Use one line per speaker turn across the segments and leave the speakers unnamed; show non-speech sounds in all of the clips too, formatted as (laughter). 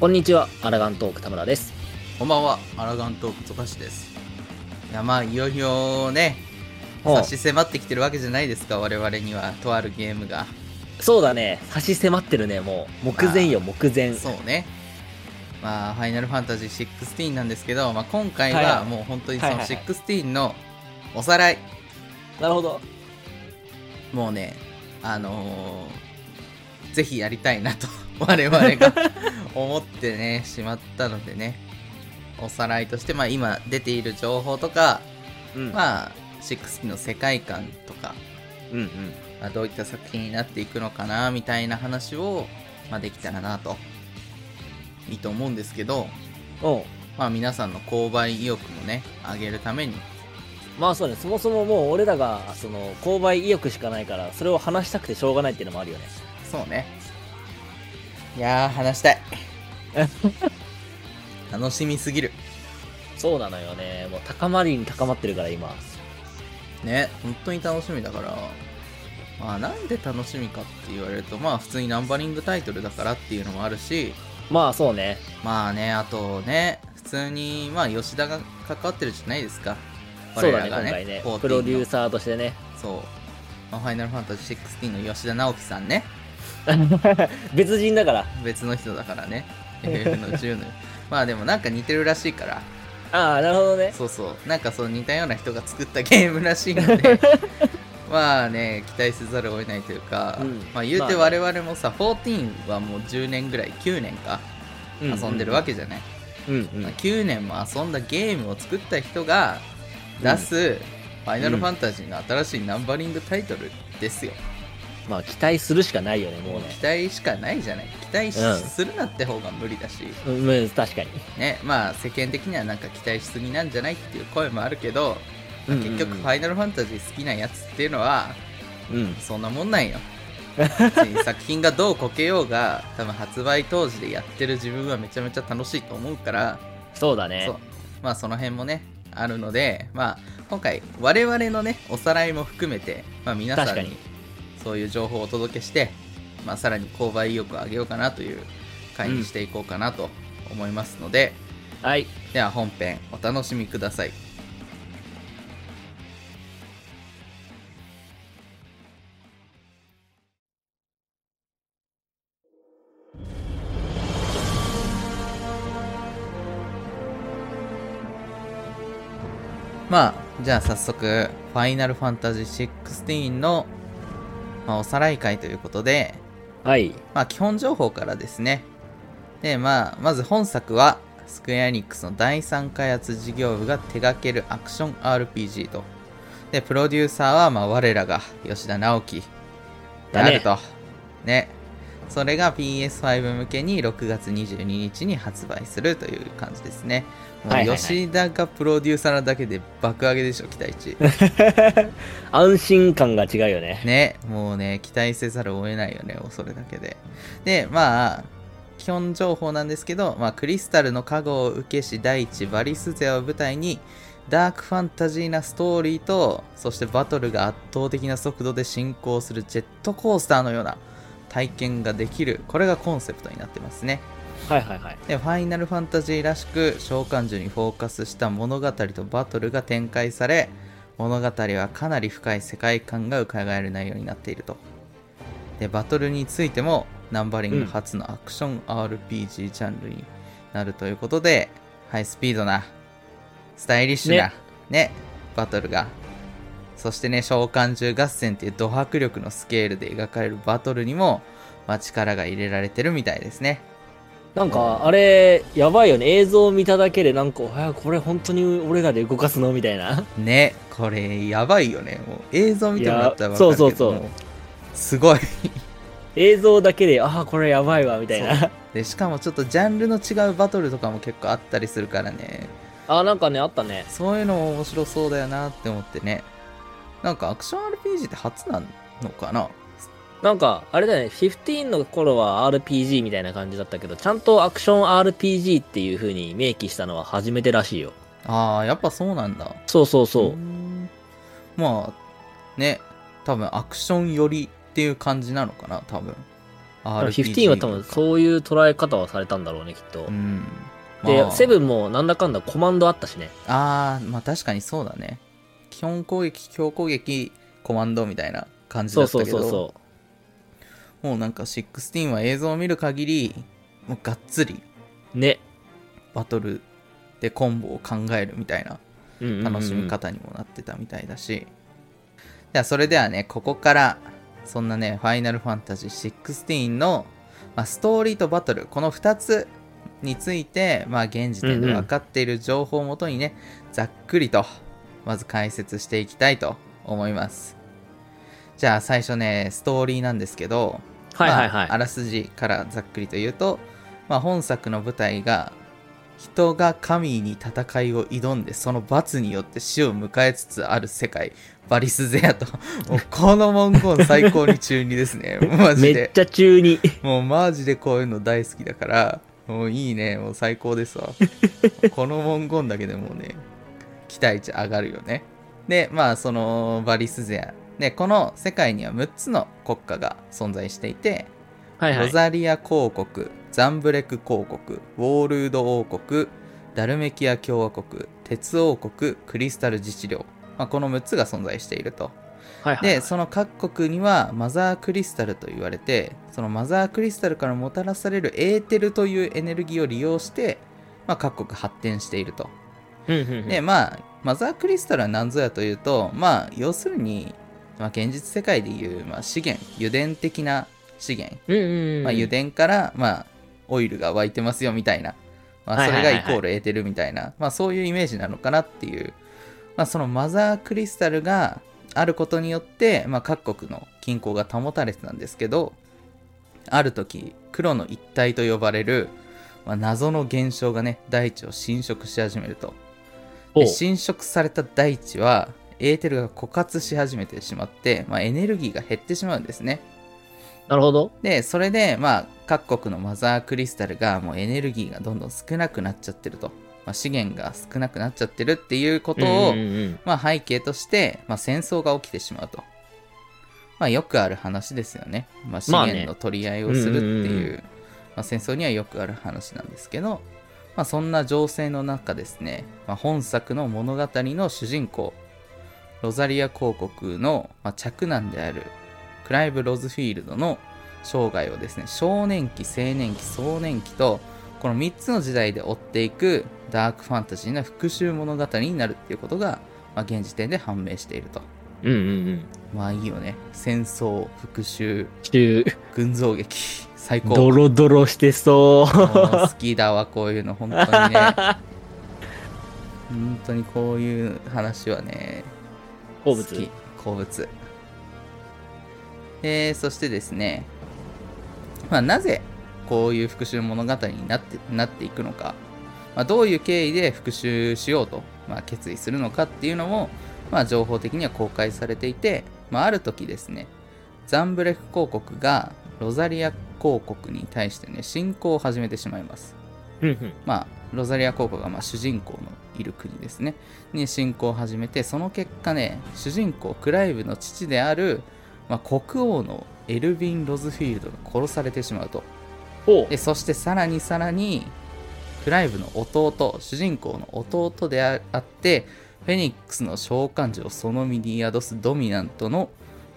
こんにちは、アラガントーク田村です。
こんばんは、アラガントークトカシです。いや、まあ、いよいよね、
おう
差し迫ってきてるわけじゃないですか、我々には、とあるゲームが。
そうだね、差し迫ってるね、もう。目前よ、目前。
そうね。まあ、ファイナルファンタジー16なんですけど、まあ、今回
は
はいもう本当にそ
はい
の
はいはい
16のおさらい、
なるほど。
もうね、あのーぜひやりたいなと、 (laughs) 我々
(laughs)
が思ってね、しまったのでね、おさらいとして、まあ、今出ている情報とか、
うん。
まあ、16の世界観とか、
うんうん。
まあ、どういった作品になっていくのかなみたいな話を、まあ、できたらなといいと思うんですけど、
おう
まあ、皆さんの購買意欲もね上げるために
まあそうね、そもそももう俺らが、その、購買意欲しかないから、それを話したくてしょうがないっていうのもあるよね。
そうねいやー話したい楽しみすぎる
そうなのよね。もう高まりに高まってるから、今。
ね本当に楽しみだからまあなんで楽しみかって言われるとまあ普通にナンバリングタイトルだからっていうのもあるし
まあそうね。
まあね、あとね、普通に、まあ、吉田が関わってるじゃないですか。
そうだね、
我ら
今
が
回ね
14の。
プロデューサーとしてね。
そう。まあファイナルファンタジー16の吉田直樹さんね。
別人だから。
別の人だか
(laughs)
らね。FF の10の。まあでもなんか似てるらしいから。
ああ、なるほどね。
そうそう。なんかそう似たような人が作ったゲームらしいの
(laughs)
で。まあね、期待せざるを得ないというか、
うん
まあ言うて
まあ
我々もさ、14はもう10年ぐらい、9年か、遊んでるわけじゃない。
うんうん。うん
9年も遊んだゲームを作った人が出す、ファイナルファンタジーの新しいナンバリングタイトルですよ、
まあ期待するしかないよね、もうね
期。待しかないじゃない期待し
うん
するなって方が無理だし、
うんうん、確かに。
ねまあ世間的にはなんか期待しすぎなんじゃないっていう声もあるけど、まあ
うんうんうん
結局ファイナルファンタジー好きなやつっていうのは
うん。
そんなもん
(laughs)
なんよ別に作品がどうこけようが多分発売当時でやってる自分はめちゃめちゃ楽しいと思うから
そうだね
そう。まあその辺もねあるのでまあ今回我々のねおさらいも含めて、まあ、皆さ
確
ん
か
に
に
そういう情報をお届けして、まあ、さらに購買意欲を上げようかなという回にしていこうかなと思いますので、
はい。
では本編お楽しみくださいまあじゃあ早速「ファイナルファンタジー16」の、まあ、おさらい会ということで、
はい。
まあ、基本情報からですね。で、まあ、まず本作は、スクエアエニックスの第3開発事業部が手掛けるアクション RPG と。で、プロデューサーは、まあ、我らが吉田直樹であると。ね。それが PS5 向けに6月22日に発売するという感じですね。も
はいはいうはい
吉田がプロデューサーなだけで爆上げでしょ、期待値。
安心感が違うよね。
ね、もうね、期待せざるを得ないよね、それだけで。で、まあ、基本情報なんですけど、まあ、クリスタルの加護を受けし第一バリスゼを舞台に、ダークファンタジーなストーリーと、そしてバトルが圧倒的な速度で進行するジェットコースターのような体験ができる、これがコンセプトになってますね。
はいはいはい。
でファイナルファンタジーらしく召喚獣にフォーカスした物語とバトルが展開され物語はかなり深い世界観が伺える内容になっているとでバトルについてもナンバリン
うん
グ初のアクション RPG ジャンルになるということで、ハイスピードなスタイリッシュなねバトルがそしてね召喚獣合戦っていうド迫力のスケールで描かれるバトルにも、まあ、力が入れられてるみたいですね
なんか、あれ、やばいよね。映像を見ただけで、なんか、あこれ本当に俺らで動かすのみたいな。 (laughs)
ねこれやばいよねもう映像見てもらったら分かるけど
いやそうそうそう
もすごい
映像だけで、ああ、これやばいわ、みたい
そ
な。
でしかもちょっとジャンルの違うバトルとかも結構あったりするからね
(laughs) あーなんかね、あったね。
そういうのも面白そうだよなって思ってねなんかアクション RPG って初なのかな
なんか、あれだよね、15の頃は RPG みたいな感じだったけど、ちゃんとアクション RPG っていう風に明記したのは初めてらしいよ。
あーやっぱそうなんだ
そうそうそう
ー
う。
んまあね多分アクション寄りっていう感じなのかな多分 RPG
15は多分そういう捉え方はされたんだろうね、きっと
う。ん
で、
まあ
7もなんだかんだコマンドあったしね。
あーまあ確かにそうだね基本攻撃強攻撃コマンドみたいな感じだ
そう
った
そう
けど
そうそ
もうなんか16は映像を見る限りもうがっつり
う。ね。
バトルでコンボを考えるみたいな
うんうんうんうん
楽しみ。方にもなってたみたいだし、じゃあそれではねここからそんなね「ファイナルファンタジー16の」まあ、ストーリーとバトルこの2つについて、まあ、現時点で分かっている情報をもとにね、ざっくりとまず解説していきたいと思いますじゃあ最初ねストーリーなんですけど
はいはい
ま
は
あ、あ
い。
らすじからざっくりと言うと、まあ、本作の舞台が人が神に戦いを挑んでその罰によって死を迎えつつある世界バリスゼアと
(laughs)
もうこの文言最高に中二ですねマジ
めっ
で
ちゃ中
(laughs)
に。
もうマジでこういうの大好きだからもういいねもう最高ですわこの文言だけでもうね期待値上がるよねでまあそのバリスゼアでこの世界には6つの国家が存在していて
はいは
ロ
い。
ザリア公国ザンブレク公国ウォールード王国ダルメキア共和国鉄王国クリスタル自治領、まあ、この6つが存在していると
はいはい
で。その各国にはマザークリスタルと言われてそのマザークリスタルからもたらされるエーテルというエネルギーを利用して、まあ、各国発展していると
うんうんうん
でまあマザークリスタルは何ぞやというとまあ要するに、まあ、現実世界でいう、まあ、資源油田的な資源
うんうんうん。
まあ、油田から、まあ、オイルが湧いてますよみたいな、まあ、
はい
そ
はい
れ
は
が
いはい
イコールエーテルみたいな、まあ、そういうイメージなのかなっていう、まあ、そのマザークリスタルがあることによって、まあ、各国の均衡が保たれてたんですけどある時黒の一体と呼ばれる、まあ、謎の現象がね大地を侵食し始めると
おう
で侵食された大地はエーテルが枯渇し始めてしまって、まあ、エネルギーが減ってしまうんですね
なるほど。
でそれでまあ各国のマザークリスタルがもうエネルギーがどんどん少なくなっちゃってると、まあ、資源が少なくなっちゃってるっていうことを、
うんうんうん
まあ、背景として、まあ、戦争が起きてしまうと、まあ、よくある話ですよね、まあ、資
まあね
源の取り合いをするって
うんうん
い
うんう
うまあ戦争にはよくある話なんですけど、まあ、そんな情勢の中ですね、まあ、本作の物語の主人公ロザリア公国の、まあ、嫡男であるクライブ・ロズフィールドの生涯をですね少年期青年期壮年期とこの3つの時代で追っていくダークファンタジーな復讐物語になるっていうことが、まあ、現時点で判明していると
うんうんうん。
まあいいよね戦争復讐
中、
群像劇最高
ドロドロしてそ
もう好きだわこういうの本当に
(laughs)
ね本当にこういう話はね
う。好
好き
物。
好物えーそしてですね、まあ、なぜこういう復讐物語になってなっていくのか、まあ、どういう経緯で復讐しようと、まあ、決意するのかっていうのも、まあ、情報的には公開されていて、まあ、ある時ですねザンブレフ公国がロザリア公国に対してね侵攻を始めてしまいます
うんうん。
まあ、ロザリア公国がまあ主人公のいる国ですねに侵攻を始めてその結果ね主人公クライブの父である、まあ、国王のエルヴィン・ロズフィールドが殺されてしまうと
おう
でそしてさらにさらにクライブの弟主人公の弟でああってフェニックスの召喚獣をその身に宿すドミナントの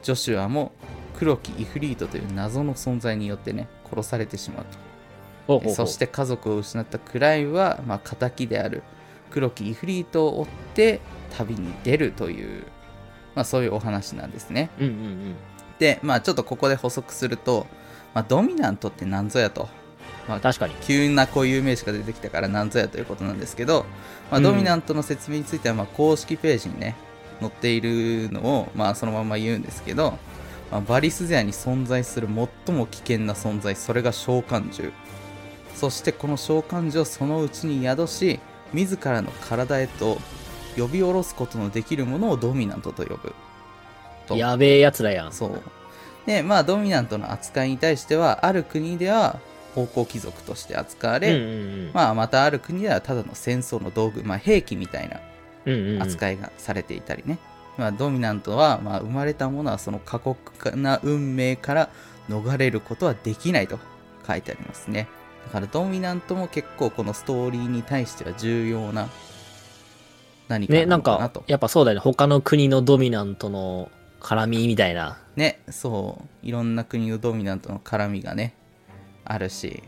ジョシュアも黒きイフリートという謎の存在によってね殺されてしまうと
ほうほうほう
そして家族を失ったクライブは、まあ、敵である黒きイフリートを追って旅に出るという、まあ、そういうお話なんですね。
うんうんうん。
で、まあ、ちょっとここで補足すると、まあ、ドミナントって何ぞやと
確かに。
急な固有名詞が出てきたから何ぞやということなんですけど、まあ、
うん
ドミナントの説明についてはまあ公式ページにね載っているのをまあそのまま言うんですけど、まあ、バリスゼアに存在する最も危険な存在それが召喚獣そしてこの召喚獣をそのうちに宿し自らの体へと呼び下ろすことのできるものをドミナントと呼ぶと
やべえやつらやん。
そう。で、まあ、ドミナントの扱いに対しては、ある国では方向貴族として扱わ
うんう
れ、
ん
まあ、またある国ではただの戦争の道具、まあ、兵器みたいな
うん。うんうんうん。
扱いがされていたりね。まあ、ドミナントは、まあ、生まれたものはその過酷な運命から逃れることはできないと書いてありますね。だからドミナントも結構このストーリーに対しては重要な何か
ね、
な
なん
のかな
か
と。、
やっぱそうだよね。他の国のドミナントの絡みみたいな。
ね、そう。いろんな国のドミナントの絡みがね、あるし。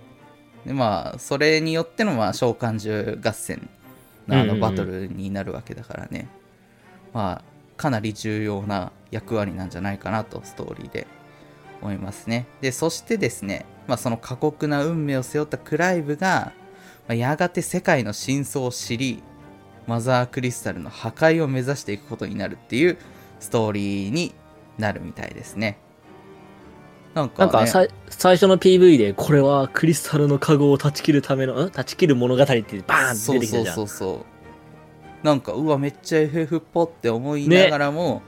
で、まあ、それによっての、まあ、召喚獣合戦のあ
うんうんう
の
ん
バトルになるわけだからね。まあ、かなり重要な役割なんじゃないかなと、ストーリーで思いますね。で、そしてですね、まあ、その過酷な運命を背負ったクライブが、まあ、やがて世界の真相を知り、マザークリスタルの破壊を目指していくことになるっていうストーリーになるみたいですね。なんか、
なん
ね、
かさい、最初の PV で、これはクリスタルの加護を断ち切るための、ん断ち切る物語ってバーンって
そ
出
う
てきたじゃん。
そうそうそうなんかうわめっちゃ FF っぽって思いながらも、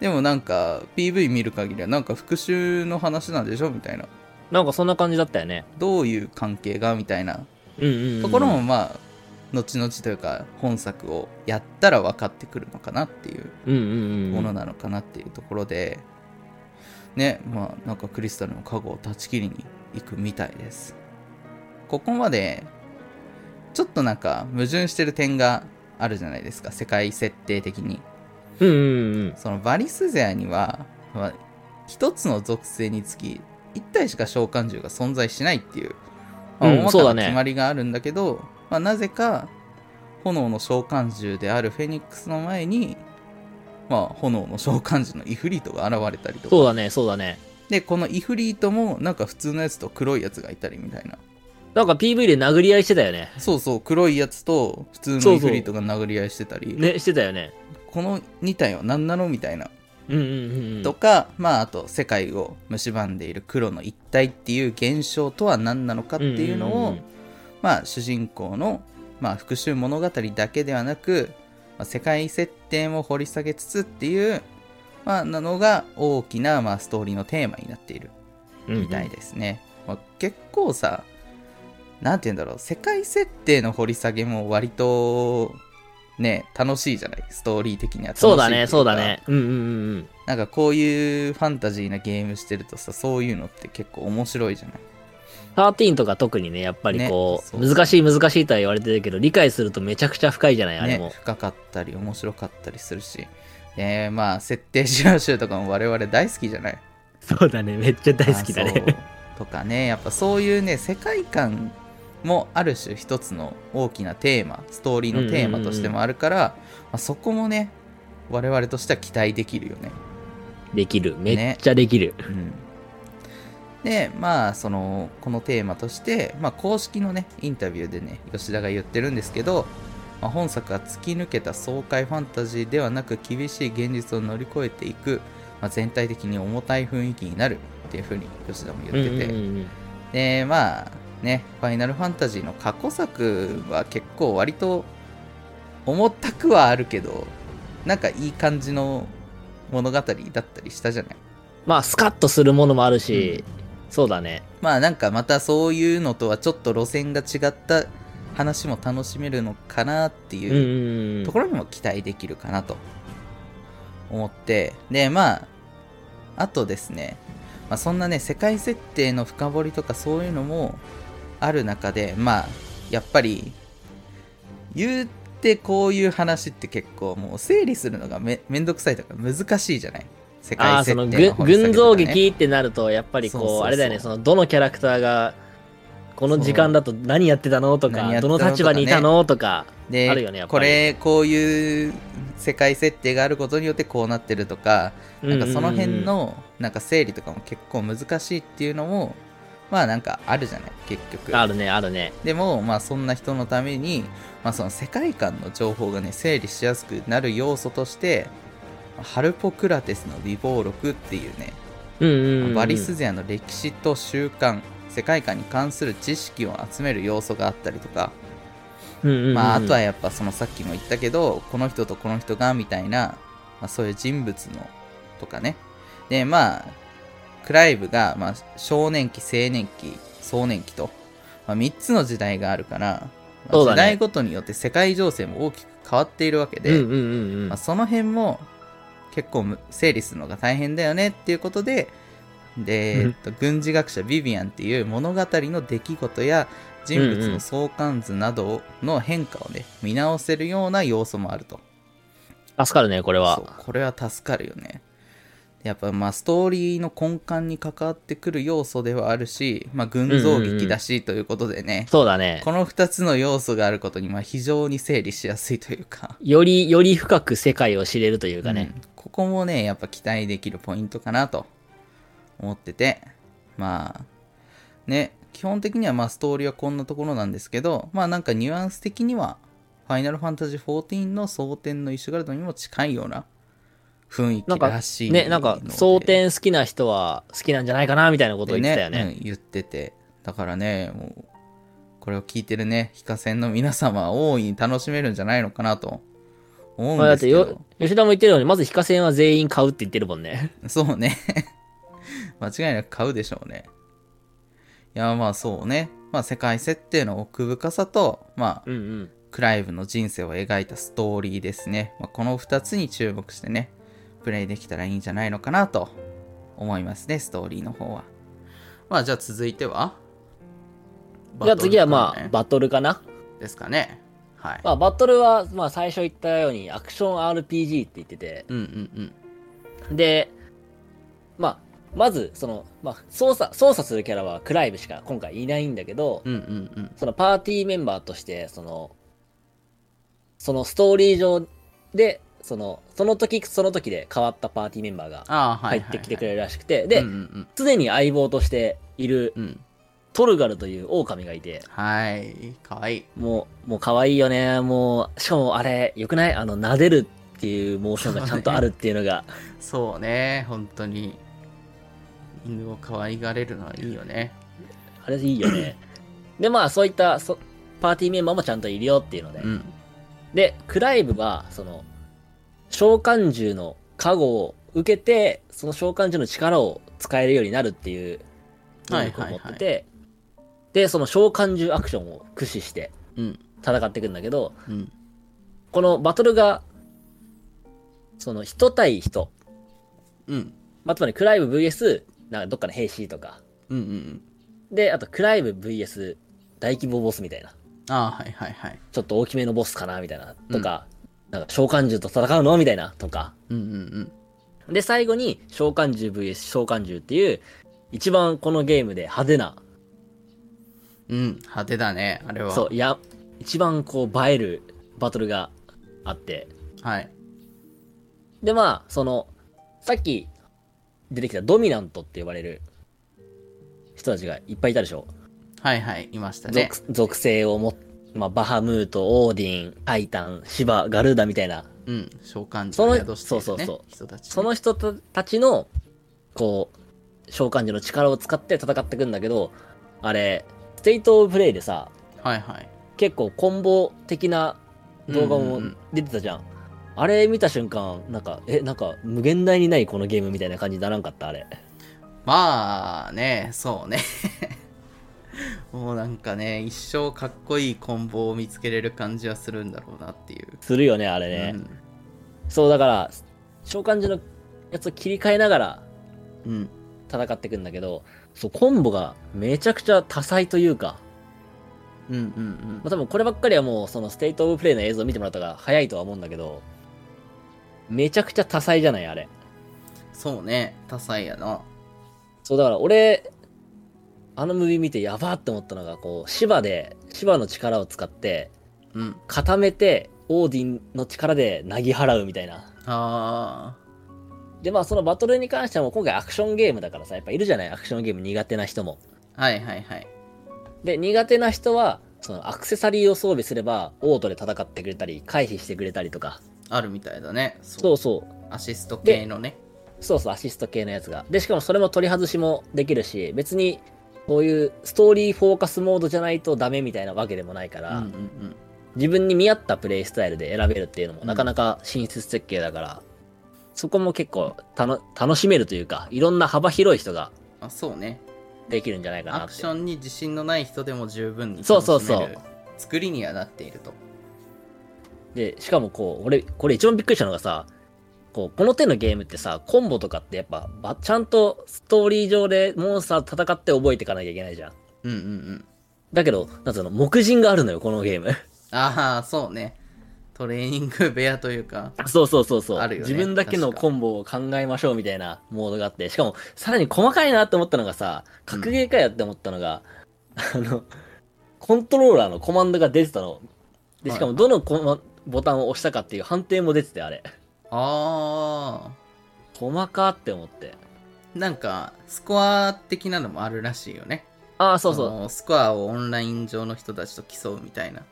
でもなんか PV 見る限りはなんか復讐の話なんでしょみたいな
なんかそんな感じだったよね。
どういう関係がみたいな
うんうんうん、
ところもまあ、後々というか本作をやったら分かってくるのかなっていう
うんうんう
もの
ん。
なのかなっていうところで、ねまあなんかクリスタルの加護を断ち切りに行くみたいですここまでちょっとなんか矛盾してる点があるじゃないですか世界設定的に
うんうんうん。
そのバリスゼアには、まあ、一つの属性につき一体しか召喚獣が存在しないっていう、まあ、
うん
大ま
そう
か
だね
な決まりがあるんだけど、まあ、なぜか炎の召喚獣であるフェニックスの前に、まあ、炎の召喚獣のイフリートが現れたりと
そう
か
だね、そうだね。
でこのイフリートもなんか普通のやつと黒いやつがいたりみたいな
なんか PV で殴り合いしてたよね。
そうそう黒いやつと普通
そ
の
う
イ
そう
フリートが殴り合いしてたり
ね、してたよね。
この2体は何なのみたいな
うんうんうんうん。
とか、まああと世界を蝕んでいる黒の一体っていう現象とは何なのかっていうのを、
うんうんうん
まあ主人公の、まあ、復讐物語だけではなく、まあ、世界設定も掘り下げつつっていう、まあ、なのが大きな、まあ、ストーリーのテーマになっている
うんうん
みたいですね、まあ、結構さなんて言うんだろう世界設定の掘り下げも割とね楽しいじゃないストーリー的には楽しい
そうだ
ってい
ね、
か
そうだね。うんうんうんうん。
なんかこういうファンタジーなゲームしてるとさそういうのって結構面白いじゃない
13とか特にね、やっぱりこ
ね
う、
そうそう
難しい難しいとは言われてるけど、理解するとめちゃくちゃ深いじゃない、あれも。
ね、深かったり面白かったりするし、えー、まあ設定資料集とかも我々大好きじゃない
(laughs) そうだね、めっちゃ (laughs) 大好きだ
あそう
ね。
とかねやっぱそういうね世界観もある種一つの大きなテーマストーリーのテーマとしてもあるから、まあ、そこもね我々としては期待できるよね
(laughs) できる、めっちゃできる。
うんでまあそのこのテーマとして、まあ、公式のねインタビューでね吉田が言ってるんですけど、まあ本作は突き抜けた爽快ファンタジーではなく厳しい現実を乗り越えていく、まあ、全体的に重たい雰囲気になるっていうふうに吉田も言ってて、
うんうんうん
でまあね「ファイナルファンタジー」の過去作は結構割と重たくはあるけどなんかいい感じの物語だったりしたじゃない
まあ、スカッとするものもあるし、そうだね。
まあなんかまたそういうのとはちょっと路線が違った話も楽しめるのかなって
うんうん
いう
うん。
ところにも期待できるかなと思ってでまああとですね、まあ、そんなね世界設定の深掘りとかそういうのもある中でまあやっぱり言ってこういう話って結構もう整理するのがめめんどくさいとか難しいじゃない世
あ
界
あ、そ
設定
の
の
軍
掘り下げ
群
とか
像
ね
劇ってなると、やっぱりこう
そうそうそう
あれだよね、その、どのキャラクターが、この時間だと何やってたのと
何や
か、
ってた
ど
の
の立場にいたのとか、
で
あるよねやっぱり
これこういう世界設定があることによってこうなってるとか、なんかその辺
うんうんうん、
のなんか整理とかも結構難しいっていうのもまあなんかあるじゃない結局
あるね、あるね。
でもまあそんな人のために、まあ、その世界観の情報がね整理しやすくなる要素としてハルポクラテスの美貌録っていうね
うんうんうん。
バリスゼアの歴史と習慣世界観に関する知識を集める要素があったりとか
うんうんうん、
まあ、あとはやっぱそのさっきも言ったけどこの人とこの人がみたいな、まあ、そういう人物のとかねでまあクライブが、まあ、少年期青年期壮年期と、まあ、3つの時代があるから、まあ
そうだね
時代ごとによって世界情勢も大きく変わっているわけ
うん
で、
うんうんうん
まあ、その辺も結構む整理するのが大変だよねっていうことでで、
うん
えっと、軍事学者ビビアンっていう物語の出来事や人物の相関図などの変化をね見直せるような要素もあると
助かるね、これは
そう。これは助かるよねやっぱまあストーリーの根幹に関わってくる要素ではあるし、まあ、群像劇だしということでね、
そうだね。
この2つの要素があることにまあ非常に整理しやすいというか
より、より深く世界を知れるというかね。
うんここもねやっぱ期待できるポイントかなと思っててまあね基本的にはまあストーリーはこんなところなんですけどまあなんかニュアンス的には「ファイナルファンタジー14」の蒼天の石ガルドにも近いような雰囲
な
気
んか、
らしい
ね、なんか、蒼天好きな人は好きなんじゃないかな、みたいなことを
で
言ってたよね。
うん言っててだからねもうこれを聞いてるね非課線の皆様は大いに楽しめるんじゃないのかなと思うん
まあ、だ
で
っ
す
て
けど、
よ、吉田も言ってるように、まず非課線は全員買うって言ってるもんね。
(laughs) そうね。間違いなく買うでしょうね。いや、まあそうね。まあ世界設定の奥深さと、まあ、
うんうん。
クライブの人生を描いたストーリーですね。まあ、この2つに注目してね、プレイできたらいいんじゃないのかなと思いますね、ストーリーの方は。まあじゃあ続いては
(laughs) じゃあ次はまあ、
バトルか
バトルかな。
ねですかね。はい。
まあ、バトルは、まあ、最初言ったように、アクション RPG って言ってて、
うんうんうん。
で、まあ、まず、その、まあ、操作、操作するキャラはクライブしか今回いないんだけど、
うんうんうん。
そのパーティーメンバーとして、その、そのストーリー上で、その、その時その時で変わったパーティーメンバーが
ああ、はいはいはい、
入ってきてくれるらしくて、
うん
で、
うん
常に相棒としている
うん。うん。
トルガルという狼がいて、
はい。かわいい。
もう、もう可愛いよね。もう、しかもあれ、よくないあの、撫でるっていうモーションがちゃんとあるっていうのが、 (laughs)
そうね、本当に。犬を可愛がれるのはいいよね。
あれいいよね。で、まあ、そういった、そパーティーメンバーもちゃんといるよっていうので、
うん。
で、クライブは、その、召喚獣の加護を受けて、その召喚獣の力を使えるようになるっていう能力を持ってて、で、その召喚獣アクションを駆使して
うん。
戦っていくんだけど、
うん。
このバトルが、その人対人、
うん。
まあ、つまりクライブ VS、なんかどっかの兵士とか、
うん。うん。
で、あとクライブ VS 大規模ボスみたいな、
ああ、はいはいはい。
ちょっと大きめのボスかな、みたいな、とか、なんか召喚獣と戦うのみたいな、とか、
うんうん
で、最後に、召喚獣 VS 召喚獣っていう、一番このゲームで派手な、
うん。うん。派手だね、あれは。
そう、いや、一番こう映えるバトルがあって。
はい。
で、まあ、その、さっき出てきたドミナントって呼ばれる人たちがいっぱいいたでしょ。
はいはい、いましたね。
属属性をも、まあ、バハムート、オーディン、タイタン、シバ、ガルーダみたいな、
うん。召喚
そ
獣
の
を宿している、ね、
そうそうそう
人たちね。
その人たたちの、こう、召喚獣の力を使って戦っていくんだけど、あれ、ステイトオブプレイでさ、
はいはい。
結構コンボ的な動画
うんう
も
んうん
出てたじゃん,、あれ見た瞬間なんかえなんか無限大にないこのゲームみたいな感じにならんかったあれ
まあね、そうね。もうなんかね、一生かっこいいコンボを見つけれる感じはするんだろうなっていう。
するよねあれね、
うん
そうだから召喚獣のやつを切り替えながら
うん。
戦っていくんだけどそうコンボがめちゃくちゃ多彩というか、
うんうんうん
まあ、多分こればっかりはもうそのステイトオブプレイの映像を見てもらったから早いとは思うんだけどめちゃくちゃ多彩じゃないあれ
そうね、多彩やな。
そうだから俺あのムービー見てやばって思ったのがこう芝で芝の力を使って
うん。
固めてオーディンの力でなぎ払うみたいな
あ
でまあそのバトルに関してはもう今回アクションゲームだからさやっぱいるじゃないアクションゲーム苦手な人も
あ、はいはいはい。
で苦手な人はそのアクセサリーを装備すればオートで戦ってくれたり回避してくれたりとか
あるみたいだね。そ。
そううそう
アシスト系のね。
そうそうアシスト系のやつがでしかもそれも取り外しもできるし別にこういうストーリーフォーカスモードじゃないとダメみたいなわけでもないか
うん
ら、
うんうん。
自分に見合ったプレイスタイルで選べるっていうのもなかなか進出設計だから、そこも結構たの楽しめるというかいろんな幅広い人が
あ、そうね。
できるんじゃないかなって
アクションに自信のない人でも十分に
そうそうそう
楽しめる作りにはなっていると。
でしかもこう俺これ一番びっくりしたのがさこうこの手のゲームってさコンボとかってやっぱばちゃんとストーリー上でモンスターと戦って覚えていかなきゃいけないじゃん
うんうんうん。
だけどなんつうの目人があるのよこのゲーム
ああ、そうね。トレーニング部屋というか。
そうそうそうそう、
あるよね
自分だけのコンボを考えましょうみたいなモードがあってしかもさらに細かいなって思ったのがさ格ゲーかやって思ったのが、あのコントローラーのコマンドが出てたのでしかもどのコマボタンを押したかっていう判定も出ててあれ
あ
細かって思って
あ。なんか、スコア的なのもあるらしいよね。
ああそうそう
のスコアをオンライン上の人たちと競うみたいな。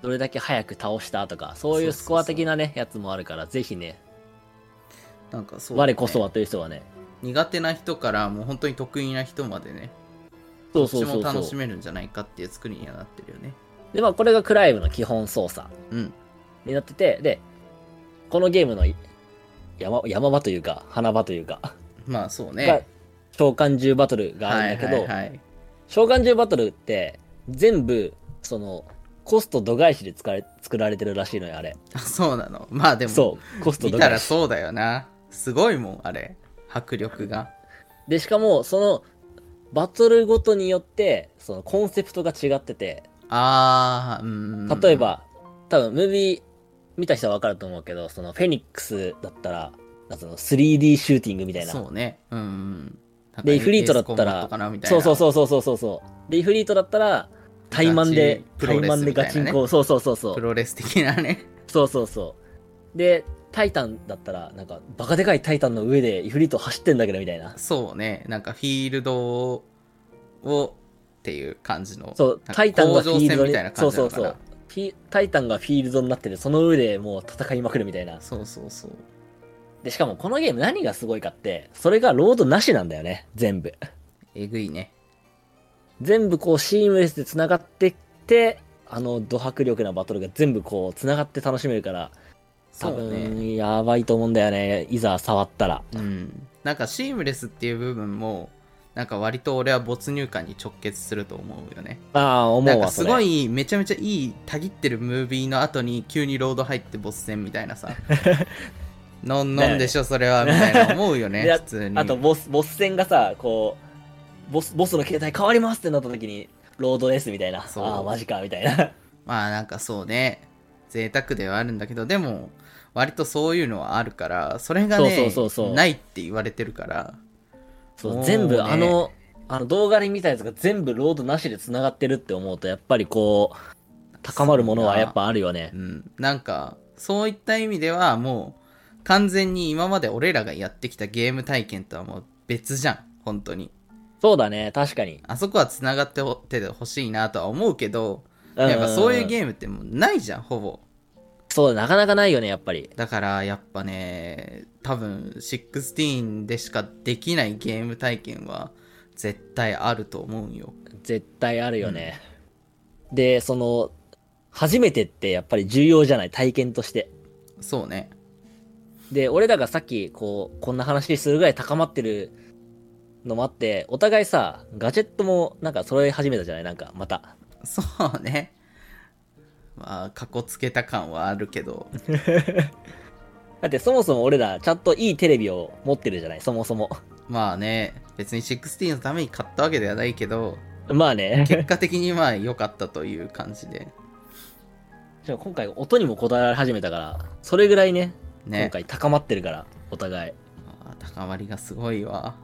どれだけ早く倒したとか、そうい
そ
う
うそうそう
スコア的なね、やつもあるから、ぜひね、
なんかそう、
我こそは。という人はね、
苦手な人からもう本当に得意な人までね。
そう
ど
そ
っ
う
ち
そ
も
う
楽
そ
し
う。
めるんじゃないかっていう作りにはなってるよね。
で、まあ、これがクライブの基本操作
うん。
になってて、で、このゲームのい山山場というか、花場というか、
まあそ
が
うね。
召喚獣バトルがあるんだけど、
はいはい、はい。
召喚獣バトルって、全部、その、コスト度外視で作られ作られてるらしいのよ、あれ。
あ (laughs) そうなの。まあでも、
そう、コスト
見
度
た
外
ら
視。
そうだよな。すごいもん、あれ。迫力が。
で、しかも、その、バトルごとによって、そのコンセプトが違ってて、
ああ、うん。
例え、ば、多分ムービー見た人は分かると思うけどそのフェニックスだったらその 3D シューティングみたいな
そうね。うん。なんか
でイフリートだった
FPS コンバットからなみたい
そ
な
うそうそうそうそうそうそうでイフリートだったら怠慢で
ガチプ
怠
ロレス
慢で
みたいなね
ガチンコ、そうそうそうそ
プ
う
ロレス的なね。
そうそうそうでタイタンだったらなんかバカでかいタイタンの上でイフリート走ってんだけどみたいな
そうね。なんかフィールドを、をっていう感じの。
そう
なんか
タイタンがフィールド
甲状腺み
に
たいな
そ
感
う
じな
そ
の
う
か
そ
な
うフィタイタンがフィールドになっててその上でもう戦いまくるみたいな
そうそうそう。
でしかもこのゲーム何がすごいかってそれがロードなしなんだよね全部
えぐいね。
全部こうシームレスで繋がってってあのド迫力なバトルが全部こう繋がって楽しめるから多
そうね。
分やばいと思うんだよねいざ触ったら
うん。なんかシームレスっていう部分も、なんか割と俺は没入感に直結すると思うよね。
ああ思
な
うん
か
わ
す
そ
ご
れ
いめちゃめちゃいいたぎってるムービーの後に急にロード入ってボス戦みたいなさ
(laughs)
のんのんでしょそれはみたいな思うよ
(laughs)
ね
いや
普通に
あとボスボス戦がさこうボスボスの携帯変わりますってなった時にロードですみたいな
そう
ああマジかみたいな
まあなんかそうね贅沢ではあるんだけどでも割とそういうのはあるからそれがね
そうそうそうそう
ないって言われてるから
(laughs) そう
もうね
全部あのあの動画で見たやつが全部ロードなしで繋がってるって思うとやっぱりこう高まるものはやっぱあるよね
うんなんかそういった意味ではもう完全に今まで俺らがやってきたゲーム体験とはもう別じゃん本当に
そうだね確かに
あそこは繋がってほってほしいなとは思うけどやっぱそういう
ーム
ゲームってもうないじゃん、ほぼ。
そうなかなかないよねやっぱり
だからやっぱね、多分16でしかできないゲーム体験は絶対あると思うんよ。
絶対あるよね、でその初めてってやっぱり重要じゃない体験として
そうね。
で俺らがさっきこうこんな話するぐらい高まってるのもあってお互いさガジェットもなんか揃え始めたじゃないなんかまた
そうね。まあ、かこつけた感はあるけど。
だってそもそも俺らちゃんといいテレビを持ってるじゃないそもそ (laughs) も
まあね、別に16のために買ったわけではないけ
(laughs)
ど、
まあね
結果的にまあ良かったという感じで。
しかも今回音にもこだわり始めたからそれぐらいね今
ね。
回高まってるからお互い
まあ高まりがすごいわ。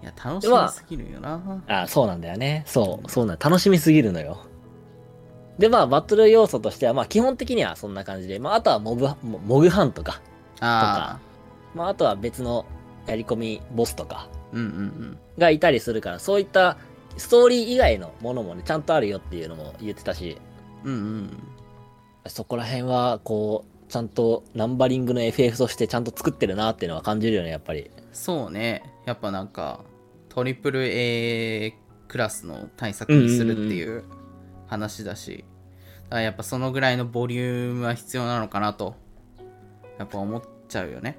いや、楽し
では
みすぎるよな。
あそうなんだよね。そう、そうなん楽しみすぎるのよ。で、まあ、バトル要素としては、まあ、基本的にはそんな感じで、まあ、あとはモブ、モモグハンとか、
ああ。
まあ、あとは別のやり込みボスとか
うんうんうん。
がいたりするから、そういったストーリー以外のものもね、ちゃんとあるよっていうのも言ってたし、
うんうん
そこら辺は、こう、ちゃんとナンバリングの FF としてちゃんと作ってるなっていうのは感じるよね、やっぱり。
そうねやっぱなんかトリプル a クラスの対策にするっていう話だし、だからやっぱそのぐらいのボリュームは必要なのかなとやっぱ思っちゃうよね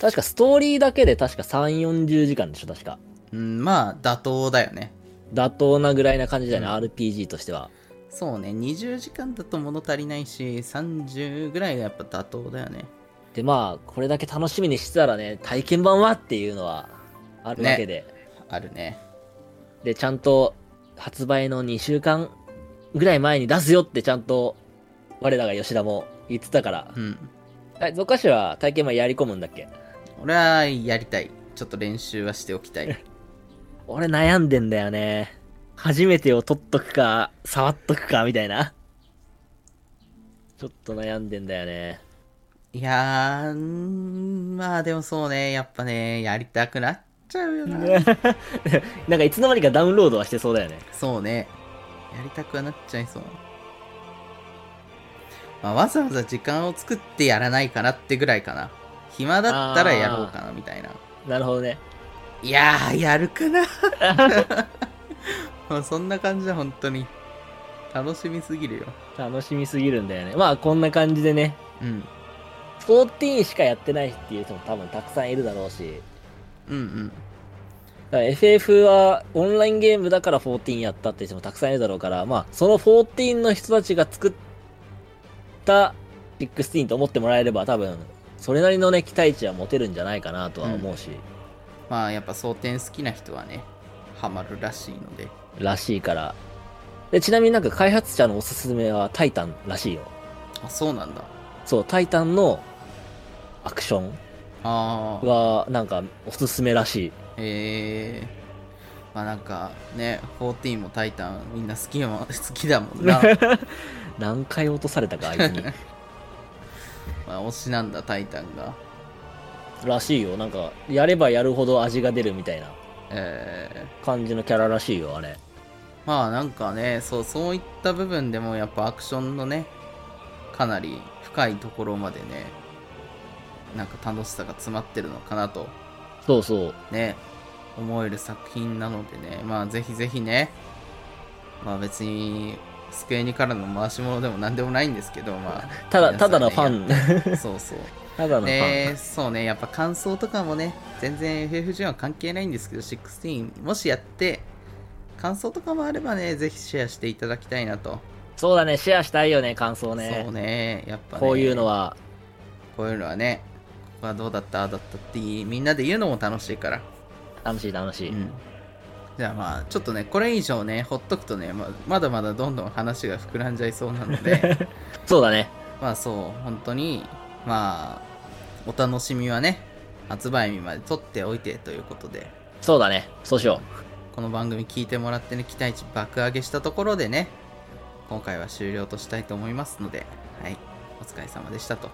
確かストーリーだけで確か3、40時間でしょ、確か。
うんまあ妥当だよね
妥当なぐらいな感じだよね、
うん
RPG としては。
そうね20時間だと物足りないし30ぐらいがやっぱ妥当だよね
でまあこれだけ楽しみにしてたらね体験版はっていうのはあるわけで、
あるね。
でちゃんと発売の2週間ぐらい前に出すよってちゃんと我らが吉田も言ってたから、
うん。
えゾッカシは体験版やり込むんだっけ
俺はやりたい。ちょっと練習はしておきたい。
俺悩んでんだよね初めてを取っとくか触っとくかみたいなちょっと悩んでんだよ (laughs) ね
いやー、んーまあでもそうね、やっぱね、やりたくなっちゃうよな。
なんかいつの間にかダウンロードはしてそうだよね
そうね。やりたくはなっちゃいそう。まあ、わざわざ時間を作ってやらないかなってぐらいかな。暇だったらやろうかなみたいな。
なるほどね
いやー、やるかな。 (laughs) まあそんな感じだ、本当に。楽しみすぎるよ。
楽しみすぎるんだよねまあこんな感じでね
うん。
14しかやってないっていう人も多分たくさんいるだろうし
うんうん。
だから FF はオンラインゲームだから14やったって人もたくさんいるだろうから、まあ、その14の人たちが作った16と思ってもらえれば多分、それなりのね、期待値は持てるんじゃないかなとは思うし、
まあやっぱ争点好きな人はね、ハマるらしいので。
らしいから。で、ちなみになんか開発者のおすすめはタイタンらしいよ。
あ、そうなんだ。
そう、タイタンのアクション
ああ。
はなんかおすすめらしい。
へえ。まあなんかね、14もタイタンみんな好きやもん好きだもん (laughs) な。
何回落とされたか、あいつに。
まあ、推しなんだタイタンが
らしいよ。なんか、やればやるほど味が出るみたいな。
え
感じのキャラらしいよあれ
ーまあなんかねそうそういった部分でもやっぱアクションのねかなり深いところまでねなんか楽しさが詰まってるのかなと
そうそう
ね思える作品なのでねまあぜひぜひねまあ別にスクエニからの回し物でも何でもないんですけどまあ
ただた
皆さんね
だのファン
そうそう
ただのファン
ねそうね、やっぱ感想とかもね、全然 FFJ は関係ないんですけど、16、もしやって、感想とかもあればね、ぜひシェアしていただきたいなと。
そうだねシェアしたいよね感想ね
そうね、やっぱね、
こういうの、は
こういうのはね、ここはどうだった、ああだったっていい、みんなで言うのも楽しいから。
楽しい楽しい、
うん。じゃあまあ、ちょっとね、これ以上ね、ほっとくとね、ままだまだどんどん話が膨らんじゃいそうなので。
(laughs) そうだね
まあそう、本当に、まあ、お楽しみはね、発売日まで取っておいてということで、
そうだねそうしよ
この番組聞いてもらってね、期待値爆上げしたところでね、今回は終了としたいと思いますので、はい、お疲れ様でしたと。